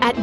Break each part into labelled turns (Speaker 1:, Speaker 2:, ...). Speaker 1: At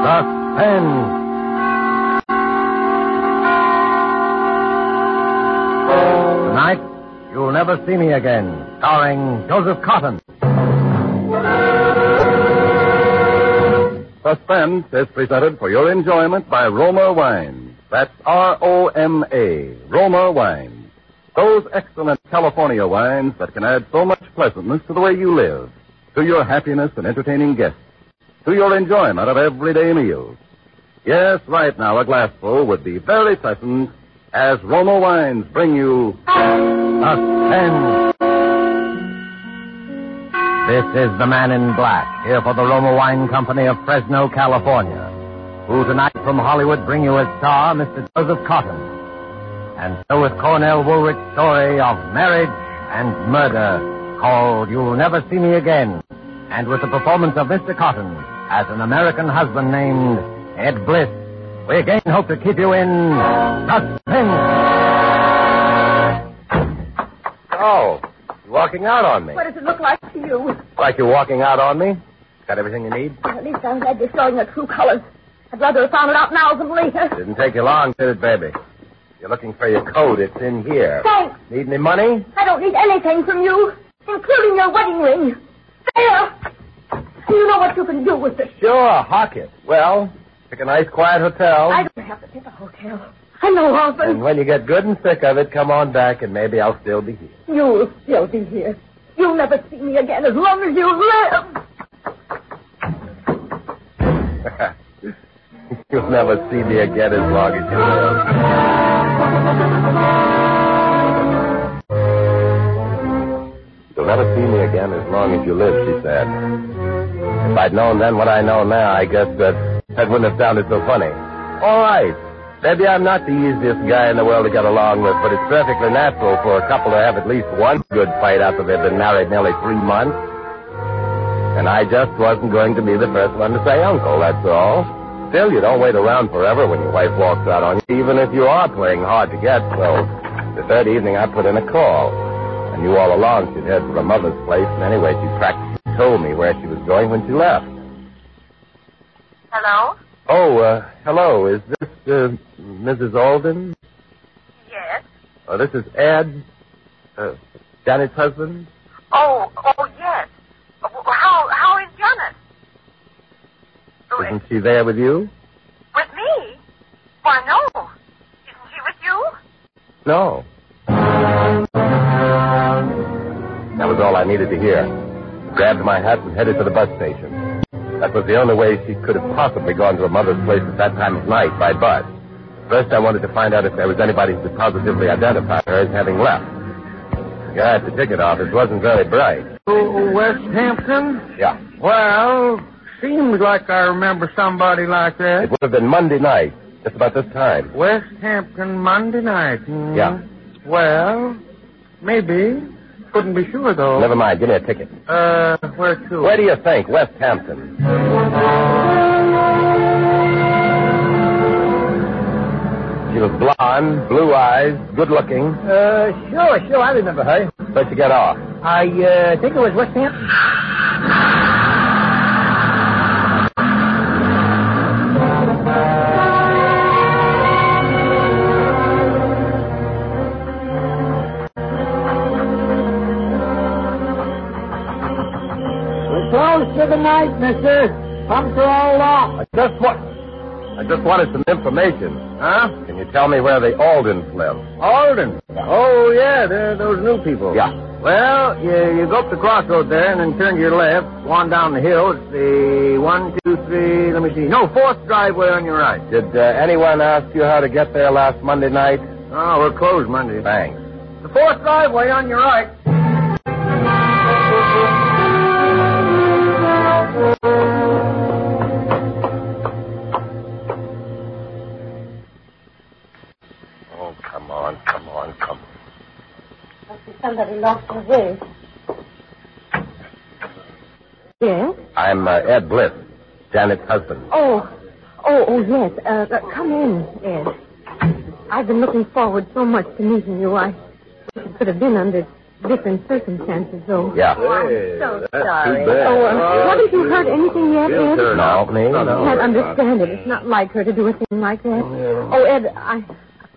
Speaker 2: Suspense. Tonight, You'll Never See Me Again, starring Joseph Cotton. Suspense is presented for your enjoyment by Roma Wines. That's R O M A, Roma Wines. Those excellent California wines that can add so much pleasantness to the way you live, to your happiness and entertaining guests to your enjoyment of everyday meals. Yes, right now a glassful would be very pleasant as Roma wines bring you suspense. This is the man in black here for the Roma Wine Company of Fresno, California, who tonight from Hollywood bring you as star Mr. Joseph Cotton. And so with Cornell Woolrich's story of marriage and murder called You'll Never See Me Again and with the performance of Mr. Cotton as an American husband named Ed Bliss, we again hope to keep you in suspense. Oh, you're walking out on me.
Speaker 3: What does it look like to you?
Speaker 2: Like you're walking out on me? Got everything you need?
Speaker 3: Well, at least I'm glad you're showing the true colors. I'd rather have found it out now than later.
Speaker 2: Didn't take you long, did it, baby? You're looking for your coat. It's in here.
Speaker 3: Thanks.
Speaker 2: Need any money?
Speaker 3: I don't need anything from you, including your wedding ring. There. Do you know what you can do with it?
Speaker 2: Sure, hock it. Well, pick a nice quiet hotel.
Speaker 3: I don't have to pick a hotel. I know often.
Speaker 2: And when you get good and sick of it, come on back and maybe I'll still be here.
Speaker 3: You'll still be here. You'll never see me again as long as you live.
Speaker 2: You'll never see me again as long as you live. You'll never see me again as long as you live, she said. If I'd known then what I know now, I guess that that wouldn't have sounded so funny. All right. Maybe I'm not the easiest guy in the world to get along with, but it's perfectly natural for a couple to have at least one good fight after they've been married nearly three months. And I just wasn't going to be the first one to say uncle, that's all. Still, you don't wait around forever when your wife walks out on you, even if you are playing hard to get. So, the third evening, I put in a call. I knew all along she'd head for her mother's place, and anyway, she practically told me where she was going when she left.
Speaker 4: Hello?
Speaker 2: Oh, uh, hello, is this, uh, Mrs. Alden?
Speaker 4: Yes.
Speaker 2: Oh, this is Ed, uh, Janet's husband?
Speaker 4: Oh, oh yes. W- How how is Janet?
Speaker 2: Isn't she there with you?
Speaker 4: With me? Why no? Isn't she with you?
Speaker 2: No. That was all I needed to hear. Grabbed my hat and headed for the bus station. That was the only way she could have possibly gone to her mother's place at that time of night by bus. First, I wanted to find out if there was anybody who could positively identify her as having left. The guy at the ticket office wasn't very bright.
Speaker 5: West Hampton?
Speaker 2: Yeah.
Speaker 5: Well, seems like I remember somebody like that.
Speaker 2: It would have been Monday night, just about this time.
Speaker 5: West Hampton Monday night. hmm?
Speaker 2: Yeah.
Speaker 5: Well, maybe. Couldn't be sure though.
Speaker 2: Never mind, give me a ticket.
Speaker 5: Uh, where to?
Speaker 2: Where do you think? West Hampton. She was blonde, blue eyes, good looking.
Speaker 5: Uh, sure, sure. I remember her.
Speaker 2: Where'd she get off?
Speaker 5: I uh, think it was West Hampton. We're close to the night, mister. Pumps are all off.
Speaker 2: I just want. I just wanted some information.
Speaker 5: Huh?
Speaker 2: Can you tell me where the Aldens live?
Speaker 5: Alden. Oh, yeah, they're those new people.
Speaker 2: Yeah.
Speaker 5: Well, you, you go up the crossroad there and then turn to your left, one down the hill. It's the one, two, three, let me see. No, fourth driveway on your right.
Speaker 2: Did uh, anyone ask you how to get there last Monday night?
Speaker 5: Oh, we're closed Monday.
Speaker 2: Thanks.
Speaker 5: The fourth driveway on your right.
Speaker 2: Oh,
Speaker 3: Yes. Yes?
Speaker 2: I'm uh, Ed Bliss, Janet's husband.
Speaker 3: Oh, oh, oh, yes. Uh, uh, come in, Ed. I've been looking forward so much to meeting you. I wish it could have been under different circumstances, though.
Speaker 2: Yeah.
Speaker 3: Oh, I'm so
Speaker 6: that's too
Speaker 3: sorry.
Speaker 6: bad.
Speaker 3: Oh, uh,
Speaker 6: Oh,
Speaker 3: haven't you heard anything yet,
Speaker 6: We'll
Speaker 3: Ed?
Speaker 6: turn
Speaker 2: No, me,
Speaker 6: No,
Speaker 2: no.
Speaker 6: no.
Speaker 3: can't understand it. It's not like her to do a thing like that. Oh, Ed, I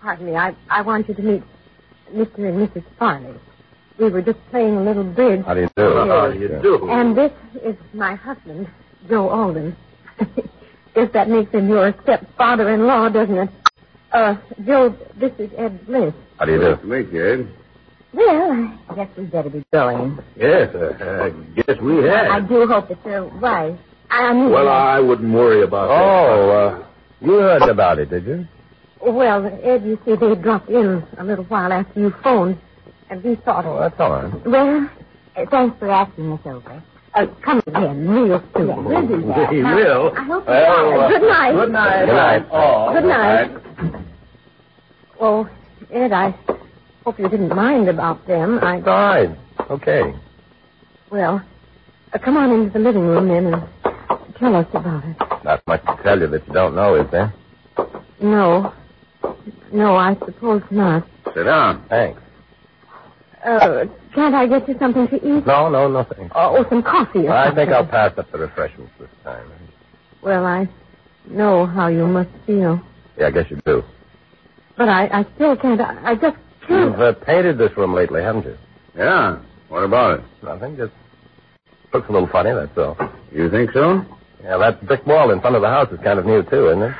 Speaker 3: pardon me. I I want you to meet Mr. and Mrs. Farley. We were just playing a little bridge,
Speaker 2: How do you do?
Speaker 6: How do you do?
Speaker 3: and this is my husband, Joe Alden. Guess that makes him your stepfather-in-law, doesn't it? Uh, Joe, this is Ed Bliss.
Speaker 2: How do you do?
Speaker 6: Wait, Ed.
Speaker 3: Well, I guess we'd better be going.
Speaker 6: Yes, uh, I guess we
Speaker 3: I
Speaker 6: have.
Speaker 3: do hope that you're right. I mean,
Speaker 6: Well, I wouldn't worry about
Speaker 2: Oh, uh, you heard about it, did you?
Speaker 3: well, Ed, you see, they dropped in a little while after you phoned, and we thought.
Speaker 2: Oh, that's all right.
Speaker 3: Well, uh, thanks for asking us over. Uh, come again. We'll do it. We'll do that.
Speaker 6: He will.
Speaker 3: I hope you
Speaker 6: Well,
Speaker 3: are.
Speaker 6: uh,
Speaker 3: Good night.
Speaker 6: Good night.
Speaker 2: Good night.
Speaker 6: all.
Speaker 3: Good night. Oh, Ed, I hope you didn't mind about them. I
Speaker 2: It's all right. Okay.
Speaker 3: well, uh, come on into the living room then and tell us about it.
Speaker 2: Not much to tell you that you don't know, is there?
Speaker 3: No, no, I suppose not.
Speaker 6: Sit down.
Speaker 2: Thanks.
Speaker 3: Uh, can't I get you something to eat?
Speaker 2: No, no, no thanks.
Speaker 3: Or, or some coffee? Or
Speaker 2: I think
Speaker 3: something?
Speaker 2: I'll pass up the refreshments this time.
Speaker 3: Well, I know how you must feel,
Speaker 2: Yeah, I guess you do.
Speaker 3: but I, I still can't. I, I just can't.
Speaker 2: You've uh, painted this room lately, haven't you?
Speaker 6: Yeah. What about it?
Speaker 2: Nothing, just looks a little funny, that's all.
Speaker 6: You think so?
Speaker 2: Yeah, that brick wall in front of the house is kind of new, too, isn't it?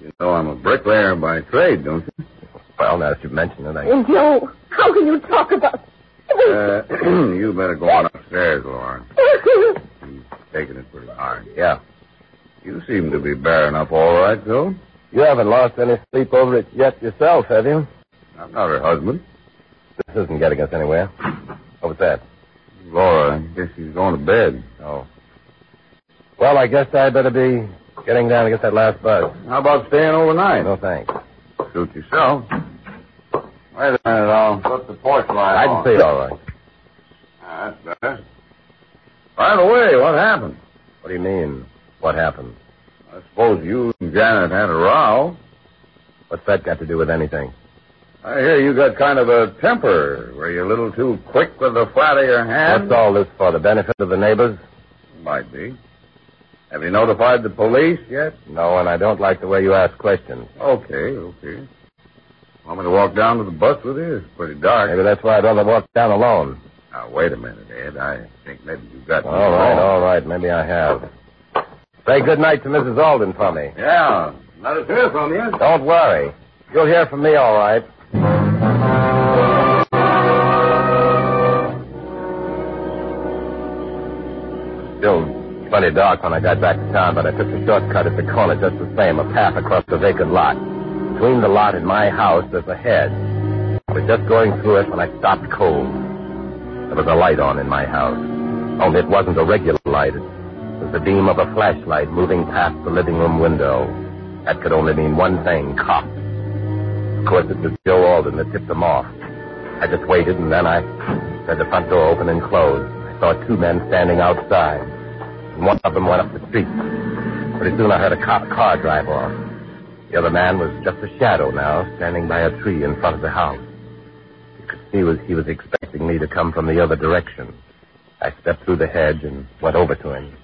Speaker 6: You know I'm a bricklayer by trade, don't you?
Speaker 2: Well, now that you mention it, I...
Speaker 3: And Joe, how can you talk about?
Speaker 6: Uh, you better go on upstairs, Laura. You've taken it pretty hard.
Speaker 2: Yeah.
Speaker 6: You seem to be bearing up all right, though.
Speaker 2: You haven't lost any sleep over it yet yourself, have you?
Speaker 6: I'm not her husband.
Speaker 2: This isn't getting us anywhere. What was that?
Speaker 6: Laura, I guess she's going to bed.
Speaker 2: Oh. Well, I guess I better be getting down to get that last bus.
Speaker 6: How about staying overnight?
Speaker 2: No thanks.
Speaker 6: Suit yourself. Wait a minute, I'll put the porch light
Speaker 2: I
Speaker 6: on.
Speaker 2: can see it all right.
Speaker 6: Ah, That's better. By the way, what happened?
Speaker 2: What do you mean? What happened?
Speaker 6: I suppose you and Janet had a row.
Speaker 2: What's that got to do with anything?
Speaker 6: I hear you got kind of a temper. Were you a little too quick with the flat of your hand?
Speaker 2: What's all this for? The benefit of the neighbors?
Speaker 6: Might be. Have you notified the police yet?
Speaker 2: No, and I don't like the way you ask questions.
Speaker 6: Okay, okay. Want me to walk down to the bus with you? It's pretty dark.
Speaker 2: Maybe that's why I'd rather walk down alone.
Speaker 6: Now, wait a minute, Ed. I think maybe you got me
Speaker 2: All right,
Speaker 6: wrong.
Speaker 2: all right. Maybe I have. Say good night to Mrs. Alden for me.
Speaker 6: Yeah. Let us hear from you.
Speaker 2: Don't worry. You'll hear from me, all right. Still plenty dark when I got back to town, but I took the shortcut at the corner just the same, a path across the vacant lot. Between the lot and my house, there's a hedge. I was just going through it when I stopped cold. There was a light on in my house. Only it wasn't a regular light. It was the beam of a flashlight moving past the living room window. That could only mean one thing, cops. Of course, it was Joe Alden that tipped them off. I just waited, and then I heard the front door open and close. I saw two men standing outside, and one of them went up the street. Pretty soon I heard a cop car drive off. The other man was just a shadow now, standing by a tree in front of the house. You could see was, he was expecting me to come from the other direction. I stepped through the hedge and went over to him.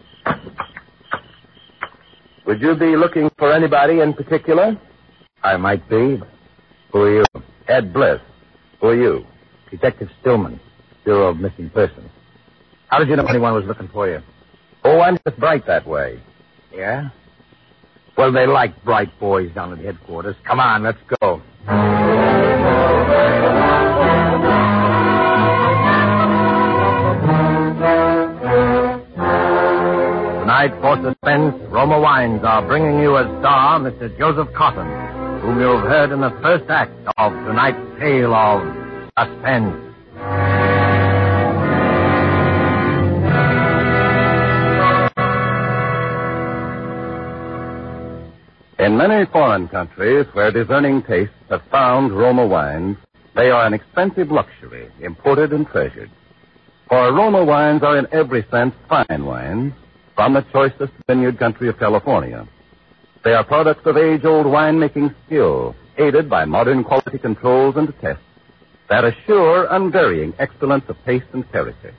Speaker 2: Would you be looking for anybody in particular? I might be. Who are you? Ed Bliss. Who are you?
Speaker 7: Detective Stillman, Bureau of Missing Persons. How did you know anyone was looking for you?
Speaker 2: Oh, I'm just bright that way.
Speaker 7: Yeah? Well, they like bright boys down at headquarters. Come on, let's go. Tonight, for suspense, Roma Wines are bringing you as star Mr. Joseph Cotton, whom you've heard in the first act of tonight's tale of suspense.
Speaker 2: In many foreign countries where discerning tastes have found Roma wines, they are an expensive luxury, imported and treasured.
Speaker 6: For Roma wines are in every sense fine wines from the choicest vineyard country of California. They are products of age old winemaking skill, aided by modern quality controls and tests that assure unvarying excellence of taste and character.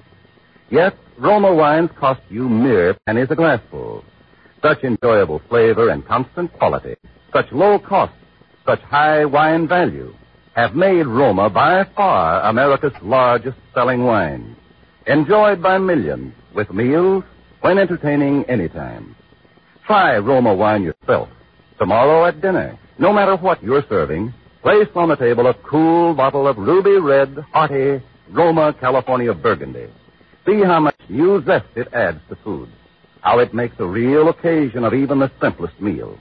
Speaker 6: Yet, Roma wines cost you mere pennies a glassful. Such enjoyable flavor and constant quality, such low cost, such high wine value, have made Roma by far America's largest selling wine. Enjoyed by millions with meals when entertaining anytime. Try Roma wine yourself. Tomorrow at dinner, no matter what you're serving, place on the table a cool bottle of ruby red, hearty Roma California Burgundy. See how much new zest it adds to food, how it makes a real occasion of even the simplest meal.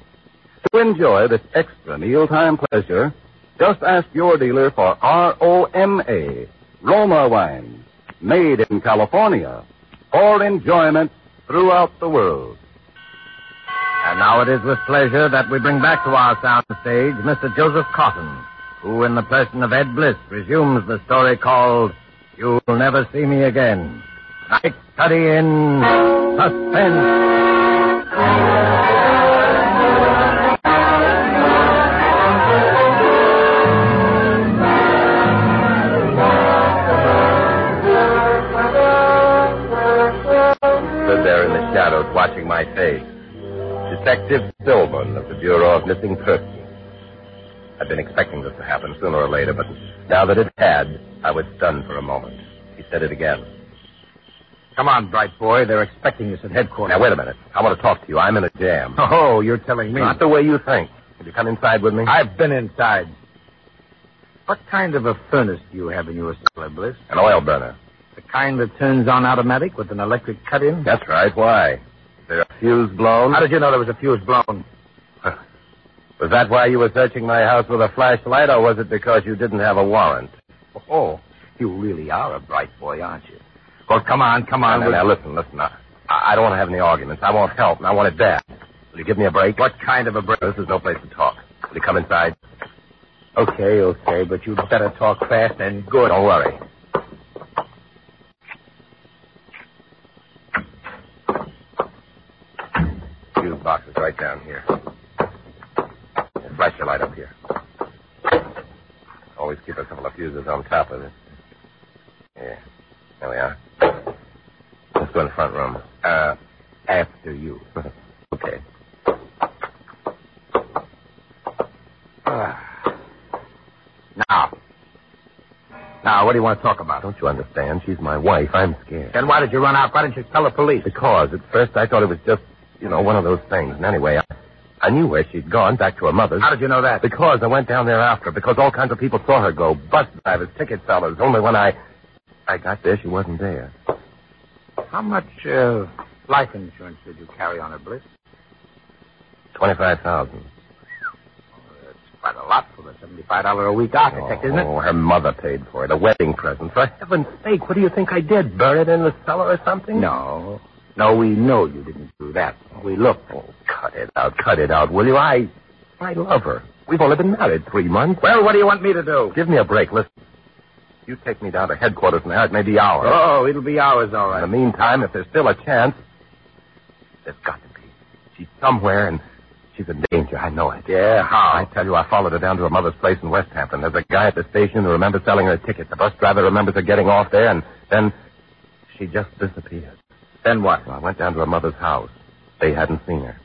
Speaker 6: To enjoy this extra mealtime pleasure, just ask your dealer for R-O-M-A, Roma wine, made in California, for enjoyment throughout the world.
Speaker 2: And now it is with pleasure that we bring back to our soundstage Mr. Joseph Cotton, who, in the person of Ed Bliss, resumes the story called You'll Never See Me Again. Night study in suspense.
Speaker 6: Stood there in the shadows watching my face. Detective Stillman of the Bureau of Missing Persons. I'd been expecting this to happen sooner or later, but now that it had, I was stunned for a moment. He said it again.
Speaker 2: Come on, bright boy. They're expecting us at headquarters.
Speaker 6: Now, wait a minute. I want to talk to you. I'm in a jam.
Speaker 2: Oh, you're telling me.
Speaker 6: Not the way you think. Will you come inside with me?
Speaker 2: I've been inside. What kind of a furnace do you have in your cellar, Bliss?
Speaker 6: An oil burner.
Speaker 2: The kind that turns on automatic with an electric cut in?
Speaker 6: That's right. Why? There a fuse blown?
Speaker 2: How did you know there was a fuse blown?
Speaker 6: Was that why you were searching my house with a flashlight, or was it because you didn't have a warrant?
Speaker 2: Oh, you really are a bright boy, aren't you? Well, come on, come
Speaker 6: Now,
Speaker 2: on.
Speaker 6: now,
Speaker 2: we'll-
Speaker 6: now, listen, listen. I, I don't want to have any arguments. I want help, and I want it bad. Will you give me a break?
Speaker 2: What kind of a break?
Speaker 6: This is no place to talk. Will you come inside?
Speaker 2: Okay, okay, but you'd better talk fast and good.
Speaker 6: Don't worry. Fuse box is right down here. And Flash your light up here. Always keep a couple of fuses on top of it. Yeah. There we are. Let's go in the front room. Uh, after you. okay. Ah.
Speaker 2: Now. Now, what do you want to talk about?
Speaker 6: Don't you understand? She's my wife. I'm scared.
Speaker 2: Then why did you run out? Why didn't you tell the police?
Speaker 6: Because at first I thought it was just, you know, one of those things. And anyway, I, I knew where she'd gone, back to her mother's.
Speaker 2: How did you know that?
Speaker 6: Because I went down there after, because all kinds of people saw her go. Bus drivers, ticket sellers. Only when I I got there, she wasn't there.
Speaker 2: How much uh, life insurance did you carry on her, Bliss?
Speaker 6: Twenty-five thousand.
Speaker 2: That's quite a lot for the $75 a week architect, isn't it?
Speaker 6: Oh, her mother paid for it. A wedding present. For heaven's sake, what do you think I did? Bury it in the cellar or something?
Speaker 2: No. No, we know you didn't do that. We looked.
Speaker 6: Oh, cut it out. Cut it out, will you? I I love her. We've only been married three months.
Speaker 2: Well, what do you want me to do?
Speaker 6: Give me a break. Listen. You take me down to headquarters now. It may be hours.
Speaker 2: Oh, it'll be ours, all
Speaker 6: In the
Speaker 2: right.
Speaker 6: meantime, if there's still a chance, there's got to be. She's somewhere and she's in danger. I know it.
Speaker 2: Yeah, how?
Speaker 6: I tell you, I followed her down to her mother's place in West Hampton. There's a guy at the station who remembers selling her a ticket. The bus driver remembers her getting off there, and then she just disappeared.
Speaker 2: Then what?
Speaker 6: So I went down to her mother's house. They hadn't seen her.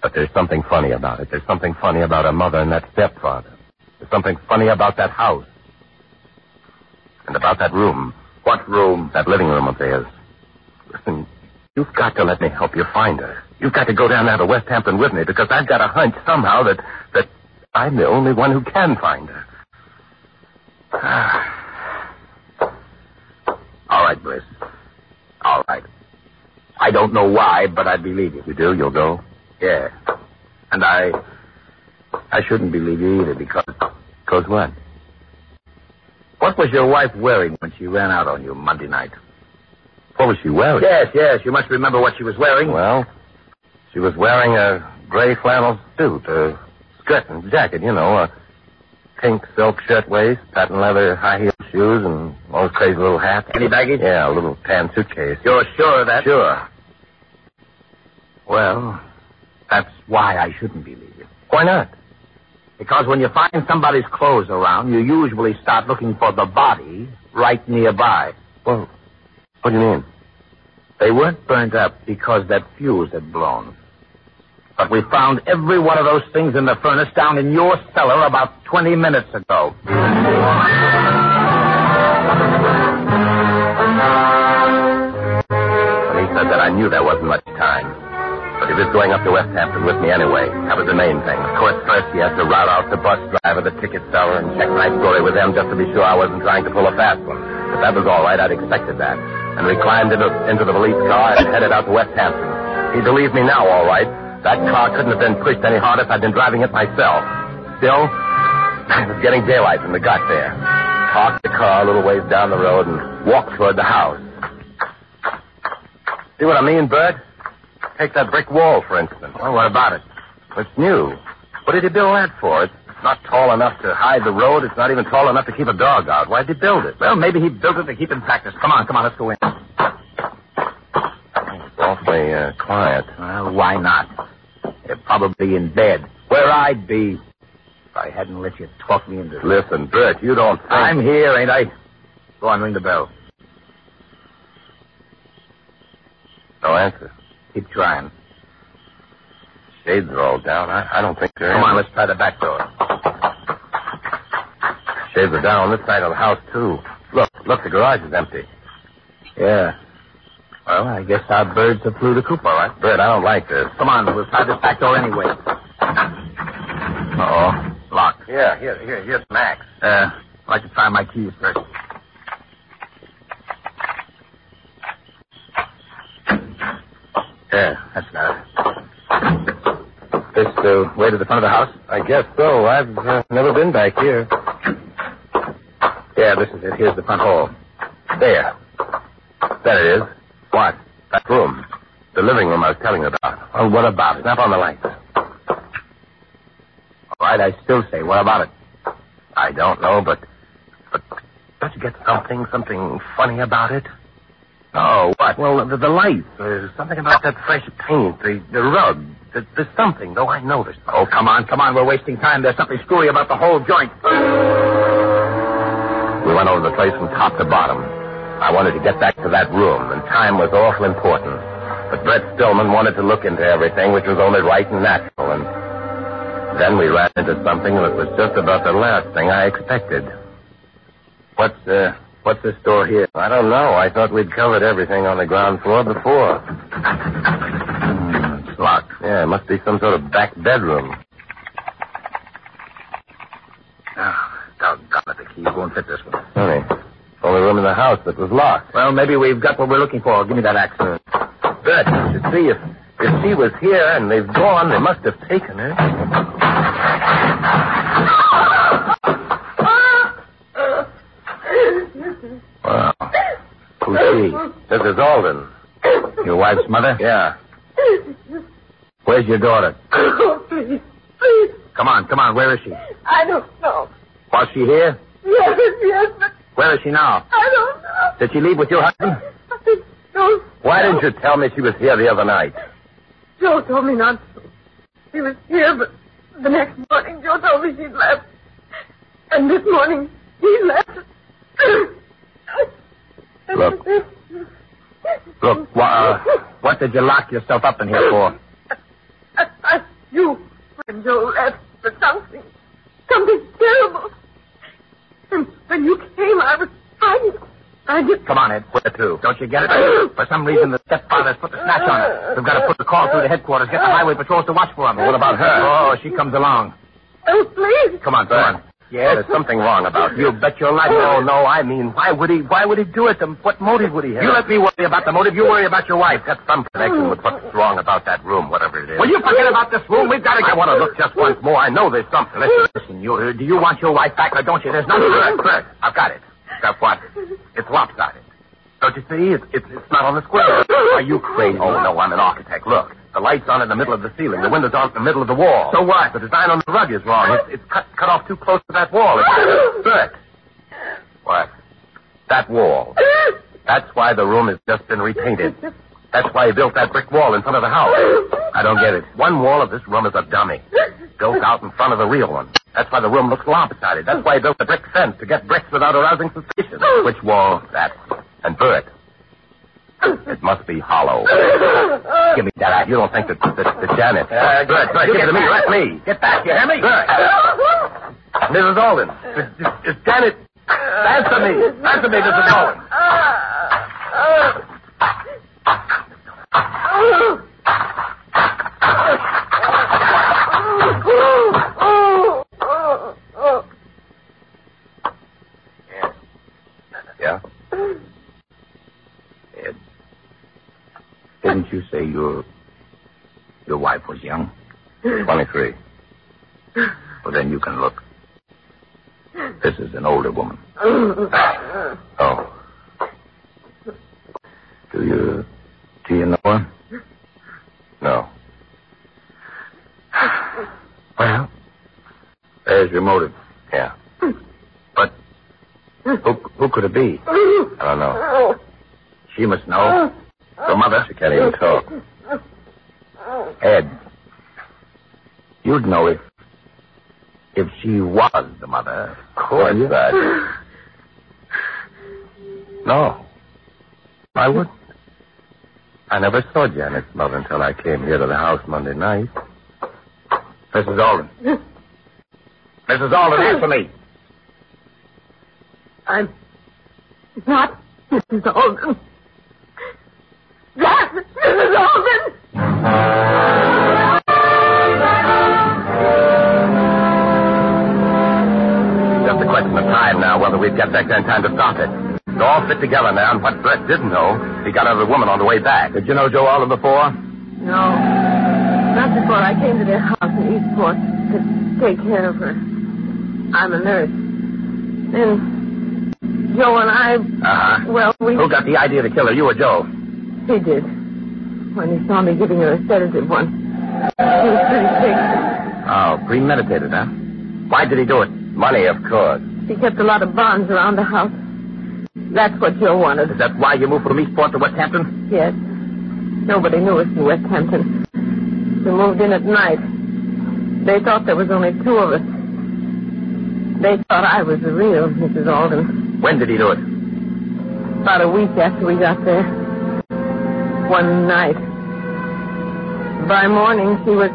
Speaker 6: But there's something funny about it. There's something funny about her mother and that stepfather. There's something funny about that house. And about that room. What room? That living room of theirs. Listen, you've got to let me help you find her. You've got to go down there to West Hampton with me because I've got a hunch somehow that that I'm the only one who can find her.
Speaker 2: All right, Bliss. All right. I don't know why, but I believe you.
Speaker 6: You do? You'll go?
Speaker 2: Yeah. And I. I shouldn't believe you either because.
Speaker 6: Goes what?
Speaker 2: What was your wife wearing when she ran out on you Monday night?
Speaker 6: What was she wearing?
Speaker 2: Yes, yes. You must remember what she was wearing.
Speaker 6: Well, she was wearing a gray flannel suit, a skirt and jacket, you know, a pink silk shirtwaist, patent leather high heeled
Speaker 2: shoes and old crazy little hat.
Speaker 6: Any baggage?
Speaker 2: Yeah, a little tan suitcase.
Speaker 6: You're sure of that?
Speaker 2: Sure.
Speaker 6: Well, that's why I shouldn't believe you.
Speaker 2: Why not?
Speaker 6: Because when you find somebody's clothes around, you usually start looking for the body right nearby.
Speaker 2: Well, what do you mean?
Speaker 6: They weren't burnt up because that fuse had blown. But we found every one of those things in the furnace down in your cellar about 20 minutes ago.
Speaker 2: When he said that, I knew there wasn't much time. But he was going up to Westhampton with me anyway. That was the main thing. Of course, first he had to route out the bus driver, the ticket seller, and check my story with them just to be sure I wasn't trying to pull a fast one. But that was all right. I'd expected that. And we climbed into, into the police car and headed out to Westhampton. He believed me now, all right. That car couldn't have been pushed any harder if I'd been driving it myself. Still, it was getting daylight when we got there. Parked the car a little ways down the road and walked toward the house. See what I mean, Bert? Take that brick wall, for instance.
Speaker 6: Well, what about it?
Speaker 2: It's new. What did he build that for? It's not tall enough to hide the road. It's not even tall enough to keep a dog out. Why did he build it?
Speaker 6: Well, maybe he built it to keep in practice. Come on, come on, let's go in.
Speaker 2: It's awfully uh, quiet.
Speaker 6: Well, why not? They're probably in bed. Where I'd be if I hadn't let you talk me into it.
Speaker 2: Listen, Bert, you don't think...
Speaker 6: I'm here, ain't I? Go on, ring the bell.
Speaker 2: No answer.
Speaker 6: Keep trying.
Speaker 2: Shades are all down. I, I don't think there
Speaker 6: Come
Speaker 2: is.
Speaker 6: on, let's try the back door.
Speaker 2: Shades are down on this side of the house, too. Look, look, the garage is empty.
Speaker 6: Yeah. Well, I guess our birds have flew the coop, all right.
Speaker 2: Bert, I don't like this.
Speaker 6: Come on, we'll try this back door anyway.
Speaker 2: Uh-oh.
Speaker 6: Locked.
Speaker 2: Yeah, here, here, here's Max.
Speaker 6: Uh, I'd like to try my keys first. Yeah, that's got it. This the way to the front of the house?
Speaker 2: I guess so. I've uh, never been back here.
Speaker 6: Yeah, this is it. Here's the front hall.
Speaker 2: There. There it is.
Speaker 6: What?
Speaker 2: That room. The living room I was telling you about.
Speaker 6: Well, what about it?
Speaker 2: Snap on the lights.
Speaker 6: All right, I still say, what about it?
Speaker 2: I don't know, but, but don't you get something, something funny about it?
Speaker 6: Oh, what?
Speaker 2: Well, the, the lights, uh, something about that fresh paint, the, the rug, the, there's something, though I noticed.
Speaker 6: Oh, come on, come on. We're wasting time. There's something screwy about the whole joint.
Speaker 2: We went over the place from top to bottom. I wanted to get back to that room, and time was awful important. But Brett Stillman wanted to look into everything, which was only right and natural, and then we ran into something that was just about the last thing I expected.
Speaker 6: What's, uh, what's this door here?
Speaker 2: I don't know. I thought we'd covered everything on the ground floor before. Hmm,
Speaker 6: It's locked.
Speaker 2: Yeah, it must be some sort of back bedroom.
Speaker 6: Oh, doggone it. The keys won't fit this one.
Speaker 2: Funny. Only room in the house that was locked.
Speaker 6: Well, maybe we've got what we're looking for. Give me that axe.
Speaker 2: Bert, you should see if, if she was here and they've gone, they must have taken her.
Speaker 6: Wow. Who's she?
Speaker 2: This is Alden.
Speaker 6: Your wife's mother?
Speaker 2: Yeah.
Speaker 6: Where's your daughter?
Speaker 3: Oh, please, please.
Speaker 6: Come on, come on. Where is she?
Speaker 3: I don't know.
Speaker 6: Was she here?
Speaker 3: Yes, yes, but
Speaker 6: Where is she now?
Speaker 3: I don't know.
Speaker 6: Did she leave with your husband?
Speaker 3: I don't.
Speaker 2: Why didn't you tell me she was here the other night?
Speaker 3: Joe told me not to. She was here, but the next morning Joe told me she'd left. And this morning he left.
Speaker 2: Look.
Speaker 6: Look, wha- uh, what did you lock yourself up in here for?
Speaker 3: I, I knew when Joe left for something. Something terrible. And when you came, I was hiding. I just.
Speaker 6: Come on, Ed. Where to? Don't you get it? For some reason, the stepfather's put the snatch on her. We've got to put a call through to headquarters. Get the highway patrols to watch for him.
Speaker 2: What about her?
Speaker 6: Oh, she comes along.
Speaker 3: Oh, please.
Speaker 6: Come on, come
Speaker 2: Bert.
Speaker 6: on.
Speaker 2: Yeah, there's something wrong about you.
Speaker 6: You bet your life.
Speaker 2: No,
Speaker 6: No,
Speaker 2: no, I mean, why would he? Why would he do it? And What motive would he have?
Speaker 6: You let me worry about the motive. You worry about your wife. That's
Speaker 2: some connection with
Speaker 3: Mm.
Speaker 2: what's wrong about that room, whatever it is.
Speaker 6: Will you forget about this room? We've got to
Speaker 2: I
Speaker 6: get
Speaker 2: want to look just
Speaker 3: Mm.
Speaker 2: once more. I know there's something.
Speaker 6: Listen,
Speaker 2: Listen,
Speaker 6: listen. You, uh, do you want your wife back or don't you? There's nothing.
Speaker 2: Bert,
Speaker 6: Bert,
Speaker 2: Bert, I've got it. Got what? It's lopsided. Don't you see? It's, it's, it's not on the square. Are you crazy? Oh, no, I'm an architect. Look, the light's on in the middle of the ceiling. The window's on in the middle of the wall.
Speaker 6: So what?
Speaker 2: The design on the rug is wrong. It's, it's cut, cut off too close to that wall. It's, Bert. What?
Speaker 6: That wall. That's why the room has just been repainted. That's why he built that brick wall in front of the house. I don't get it. One wall of this room is a dummy. Built out in front of the real one. That's why the room looks lopsided. That's why he built the brick fence to get bricks without arousing suspicion. Which wall? That. And Bert. It must be hollow. Give me that. You don't think that the, the Janet. Uh, Bert, Bert, give it to me. Let me. Get back, you hear me? Mrs. Alden. Is, is Janet. Answer me. Answer me, Mrs. Alden. Yeah? Ed, didn't you say your your wife was young? Twenty-three. Well, then you can look. This is an older woman. Oh. Do you do you know her? No. Well, there's your motive. Yeah. But who who could it be? I don't know. She must know. Her mother. She can't even talk. Ed, you'd know if if she was the mother. Of course, that. No, I wouldn't. I never saw Janet's mother until I came here to the house Monday night. Mrs. Alden. Mrs. Alden, answer me.
Speaker 3: I'm not Mrs. Alden. That Mrs. Alden!
Speaker 6: Just a question of time now whether we'd get back there in time to stop it. It all fit together now, and what Brett didn't know, he got out of the woman on the way back. Did you know Joe Alden before?
Speaker 3: No. Not before I came to their house in Eastport to take care of her. I'm a nurse. And Joe and I,
Speaker 6: Uh-huh.
Speaker 3: well, we.
Speaker 6: Who got the idea to kill her, you or Joe?
Speaker 3: He did. When he saw me giving her a sedative one. He was pretty sick.
Speaker 6: Oh, premeditated, huh? Why did he do it? Money, of course.
Speaker 3: He kept a lot of bonds around the house. That's what Joe wanted.
Speaker 6: Is that why you moved from Eastport to West Hampton?
Speaker 3: Yes. Nobody knew us in West Hampton. We moved in at night. They thought there was only two of us. They thought I was the real Mrs. Alden.
Speaker 6: When did he do it?
Speaker 3: About a week after we got there. One night. By morning, she was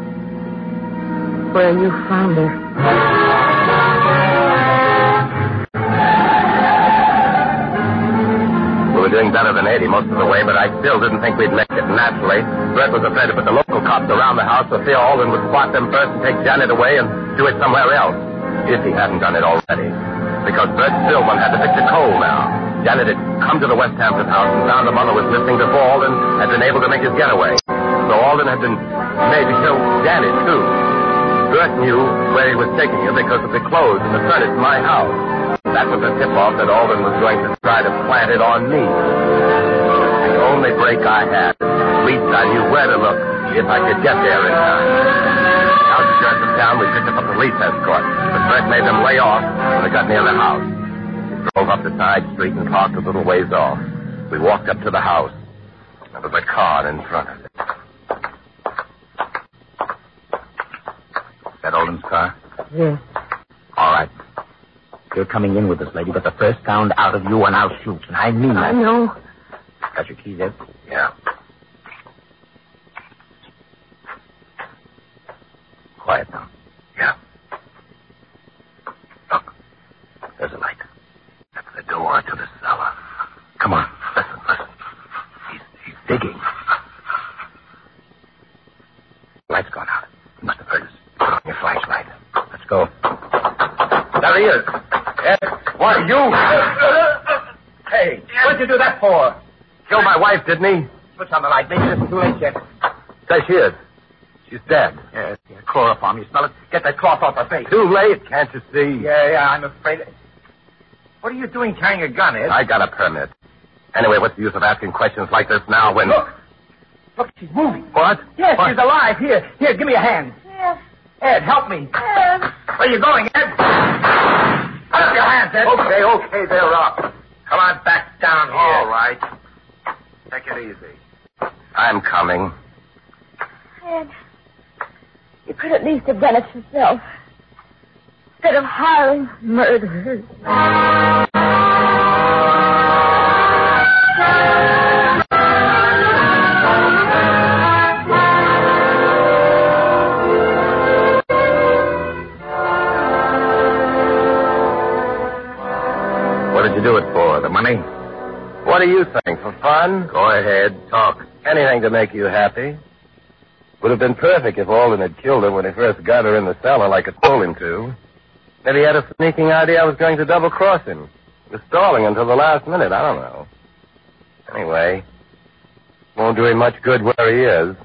Speaker 3: where you found her.
Speaker 6: We were doing better than 80 most of the way, but I still didn't think we'd make it. Naturally, Brett was afraid to put the local cops around the house so Theo Alden would spot them first and take Janet away and do it somewhere else, if he hadn't done it already. Because Brett Stillman had to fix a coal now. Janet had come to the West Hampton house and found the mother was listening to Alden had been able to make his getaway. So Alden had been made to kill Janet, too. Brett knew where he was taking her because of the clothes and the furniture in my house. That was a tip-off that Alden was going to try to plant it on me. The only break I had. At least I knew where to look if I could get there in time. Outskirts of town, we picked up a police escort, but Brett made them lay off when they got near the house. We drove up the side street and parked a little ways off. We walked up to the house. There was a car in front of it. That Olden's car?
Speaker 3: Yes.
Speaker 6: All right. You're coming in with us, lady, but the first sound out of you and I'll shoot. And I mean
Speaker 3: I know.
Speaker 6: Got your keys, Ed? Yeah. Quiet now. Yeah. Look. There's a light. That's the door to the cellar. Come on. Listen, listen. He's, he's digging. Light's gone out. He must have heard us. Put on your flashlight. Let's go. There he is. Ed, what are you? Hey, what'd you do that for? Killed my wife, didn't he? Switch on the light. Maybe this is too late yet. There she is. She's dead. Yes, yes. Chloroform. You smell it? Get that cloth off her face. Too late, can't you see? Yeah, yeah, I'm afraid. What are you doing carrying a gun, Ed? I got a permit. Anyway, what's the use of asking questions like this now when. Look!
Speaker 8: Look, she's moving.
Speaker 6: What?
Speaker 8: Yes,
Speaker 6: What?
Speaker 8: she's alive. Here, here, give me a hand. Ed, help me. Where are you going, Ed? Put up your hands, Ed.
Speaker 6: Okay, okay, they're up.
Speaker 9: Come on back down here.
Speaker 6: All right. Take it easy. I'm coming.
Speaker 3: Ed, you could at least have done it yourself. Instead of hiring murderers.
Speaker 6: What did you do it for? The money? What do you think? For fun? Go ahead. Talk. Anything to make you happy. Would have been perfect if Alden had killed her when he first got her in the cellar like it told him to. Then he had a sneaking idea I was going to double cross him. He was stalling until the last minute. I don't know. Anyway, won't do him much good where he is.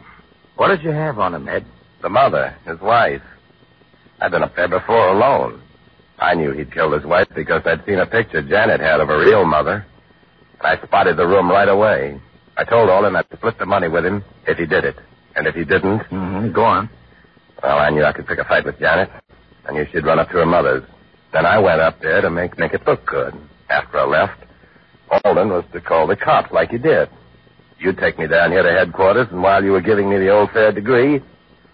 Speaker 6: What did you have on him, Ed? The mother, his wife. I'd been up there before alone. I knew he'd killed his wife because I'd seen a picture Janet had of her real mother. And I spotted the room right away. I told Alden I'd split the money with him if he did it. And if he didn't.
Speaker 2: Go on.
Speaker 6: Well, I knew I could pick a fight with Janet. I knew she'd run up to her mother's. Then I went up there to make, make it look good. After I left, Alden was to call the cops like he did. You'd take me down here to headquarters, and while you were giving me the old fair degree,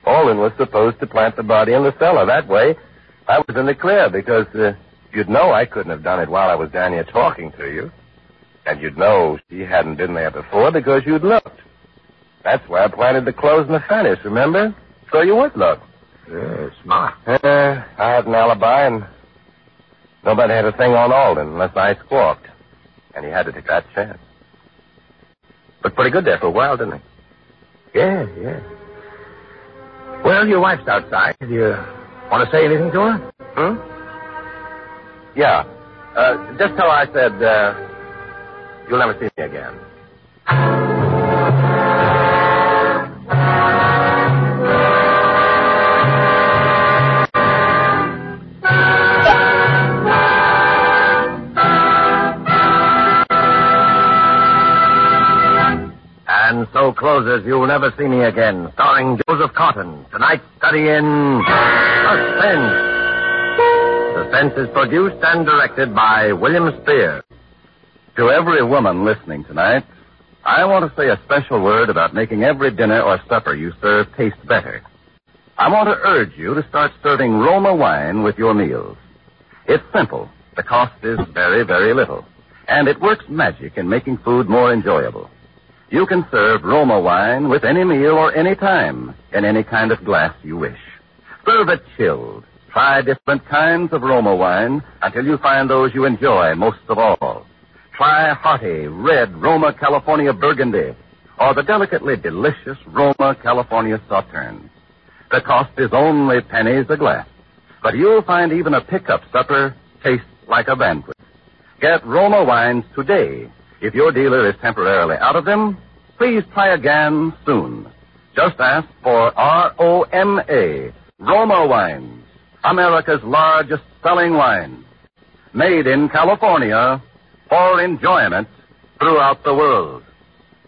Speaker 6: Alden was supposed to plant the body in the cellar. That way, I was in the clear because uh, you'd know I couldn't have done it while I was down here talking to you. And you'd know she hadn't been there before because you'd looked. That's why I planted the clothes in the furnace, remember? So you would look.
Speaker 2: Yeah, smart.
Speaker 6: Uh, I had an alibi, and nobody had a thing on Alden unless I squawked. And he had to take that chance. Looked pretty good there for a while, didn't he?
Speaker 2: Yeah, yeah. Well, your wife's outside. Do you want to say anything to her?
Speaker 6: Hmm? Yeah. Uh, just tell her I said, uh, you'll never see me again.
Speaker 2: And so closes You'll Never See Me Again, starring Joseph Cotton. Tonight, study in Suspense. Suspense is produced and directed by William Spear.
Speaker 6: To every woman listening tonight, I want to say a special word about making every dinner or supper you serve taste better. I want to urge you to start serving Roma wine with your meals. It's simple. The cost is very, very little. And it works magic in making food more enjoyable. You can serve Roma wine with any meal or any time in any kind of glass you wish. Serve it chilled. Try different kinds of Roma wine until you find those you enjoy most of all. Try hearty red Roma California Burgundy or the delicately delicious Roma California Sauterne. The cost is only pennies a glass, but you'll find even a pickup supper tastes like a banquet. Get Roma wines today. If your dealer is temporarily out of them, please try again soon. Just ask for R-O-M-A, Roma Wines, America's largest selling wine. Made in California for enjoyment throughout the world.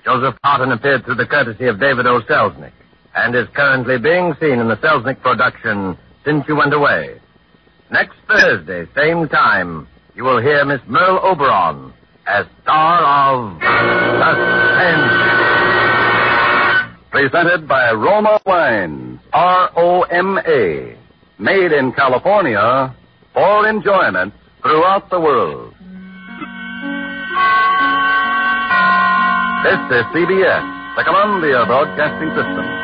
Speaker 2: Joseph Cotton appeared through the courtesy of David O. Selznick and is currently being seen in the Selznick production, Since You Went Away. Next Thursday, same time, you will hear Miss Merle Oberon as star of Suspense.
Speaker 6: Presented by Roma Wines, R-O-M-A. Made in California for enjoyment throughout the world. This is CBS, the Columbia Broadcasting System.